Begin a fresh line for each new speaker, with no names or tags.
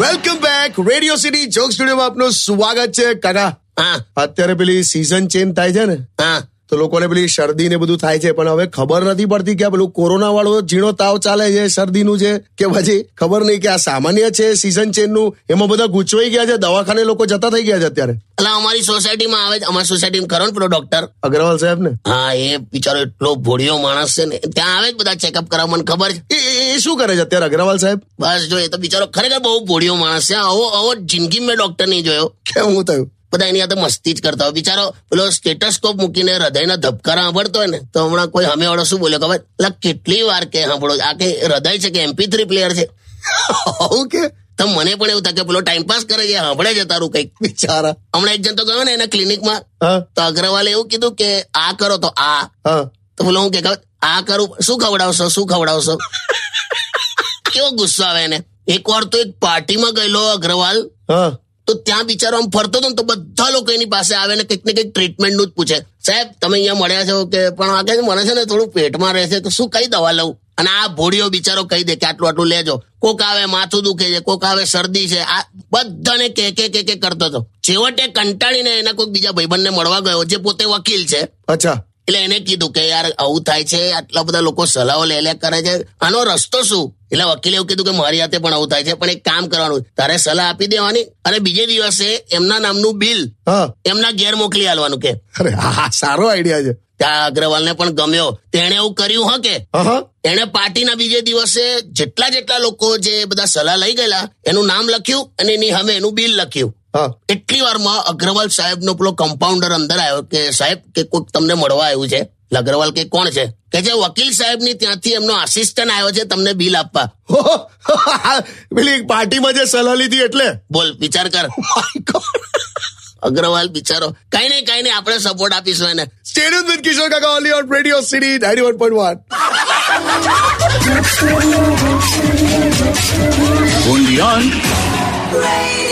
Welcome back Radio City joke સ્ટુડિયોમાં આપનું સ્વાગત છે કાકા હા અત્યારે પેલી સીઝન ચેન્જ થાય છે ને હા તો લોકોને પેલી શરદી ને બધું થાય છે પણ હવે ખબર નથી પડતી કે આ પેલું કોરોના વાળો ઝીણો તાવ ચાલે છે શરદીનું છે કે પછી ખબર નહીં કે આ સામાન્ય છે સીઝન ચેન્જ નું એમાં બધા ગૂંચવાઈ ગયા છે દવાખાને લોકો જતા થઈ ગયા છે અત્યારે
એટલે અમારી સોસાયટીમાં આવે છે અમારી સોસાયટીમાં કરો ને પેલો ડોક્ટર
અગ્રવાલ સાહેબ ને
હા એ બિચારો એટલો ભોળિયો માણસ છે ને ત્યાં આવે જ બધા ચેકઅપ કરાવવા મને ખબર છે
એ એ- એ શું કરે છે અત્યારે અગ્રવાલ સાહેબ
બસ જો એ તો બિચારો ખરેખર બહુ ભોળિયો માણસ છે આવો આવો જિંદગી મેં ડોક્ટર નહીં જોયો
કેમ હું થયું
બધા એની સાથે મસ્તી જ કરતા હોય બિચારો પેલો સ્ટેટસ્કોપ મૂકીને હૃદયના ધબકારા સાંભળતો હોય ને તો હમણાં કોઈ હમે વાળો શું બોલ્યો ખબર એટલે કેટલી વાર કે સાંભળો આ કે હૃદય છે કે એમપી થ્રી પ્લેયર છે
આવું કે
તો મને પણ એવું થાય કે પેલો ટાઈમ પાસ કરે છે સાંભળે છે તારું કંઈક
બિચારા
હમણાં એક જણ તો ગયો ને એના ક્લિનિકમાં
હા
તો અગ્રવાલે એવું કીધું કે આ કરો તો આ
હા
તો બોલો હું કે ખબર આ કરું શું ખવડાવશો શું ખવડાવશો કેવો ગુસ્સો આવે એને એક વાર તો એક પાર્ટીમાં ગયેલો અગ્રવાલ
હા
તો ત્યાં બિચારો આમ ફરતો હતો ને તો બધા લોકો એની પાસે આવે ને કંઈક ને કંઈક ટ્રીટમેન્ટનું જ પૂછે સાહેબ તમે અહીંયા મળ્યા છો કે પણ આ કે મને છે ને થોડું પેટમાં રહે છે તો શું કઈ દવા લઉં અને આ ભોળીઓ બિચારો કહી દે કે આટલું આટલું લેજો કોક આવે માથું દુખે છે કોક આવે શરદી છે આ બધાને કે કે કે કે કરતો હતો છેવટે કંટાળીને એના કોઈક બીજા ભાઈબંધને મળવા ગયો જે પોતે વકીલ છે
અચ્છા
એટલે એને કીધું કે યાર આવું થાય છે આટલા બધા લોકો સલાહો લે લે કરે છે આનો રસ્તો શું એટલે વકીલે એવું કીધું કે મારી હાથે પણ આવું થાય છે પણ એક કામ કરવાનું તારે સલાહ આપી દેવાની અને બીજે દિવસે એમના નામનું બિલ
હા
એમના ઘેર મોકલી આલવાનું કે
અરે હા હા, સારો આઈડિયા છે
ત્યાં અગ્રવાલને પણ ગમ્યો તેણે એવું કર્યું હા કે
હા હા
એણે પાર્ટીના બીજે દિવસે જેટલા જેટલા લોકો જે બધા સલાહ લઈ ગયેલા એનું નામ લખ્યું અને એની સામે એનું બિલ લખ્યું
હા
એટલી વારમાં અગ્રવાલ સાહેબનો પેલો કમ્પાઉન્ડર અંદર આવ્યો કે સાહેબ કે કોઈક તમને મળવા આવ્યું છે એટલે અગ્રવાલ કે કોણ છે કે જે વકીલ સાહેબની ત્યાંથી એમનો આસિસ્ટન્ટ આવ્યો છે તમને બિલ આપવા
પેલી પાર્ટીમાં જે સલાહ લીધી એટલે
બોલ વિચાર કર અગ્રવાલ બિચારો કઈ નહીં કઈ નહીં આપણે સપોર્ટ આપીશું એને
સ્ટેડિયમ વિથ કિશોર કાકા only on Radio City ninety one point one
Undian.
Radio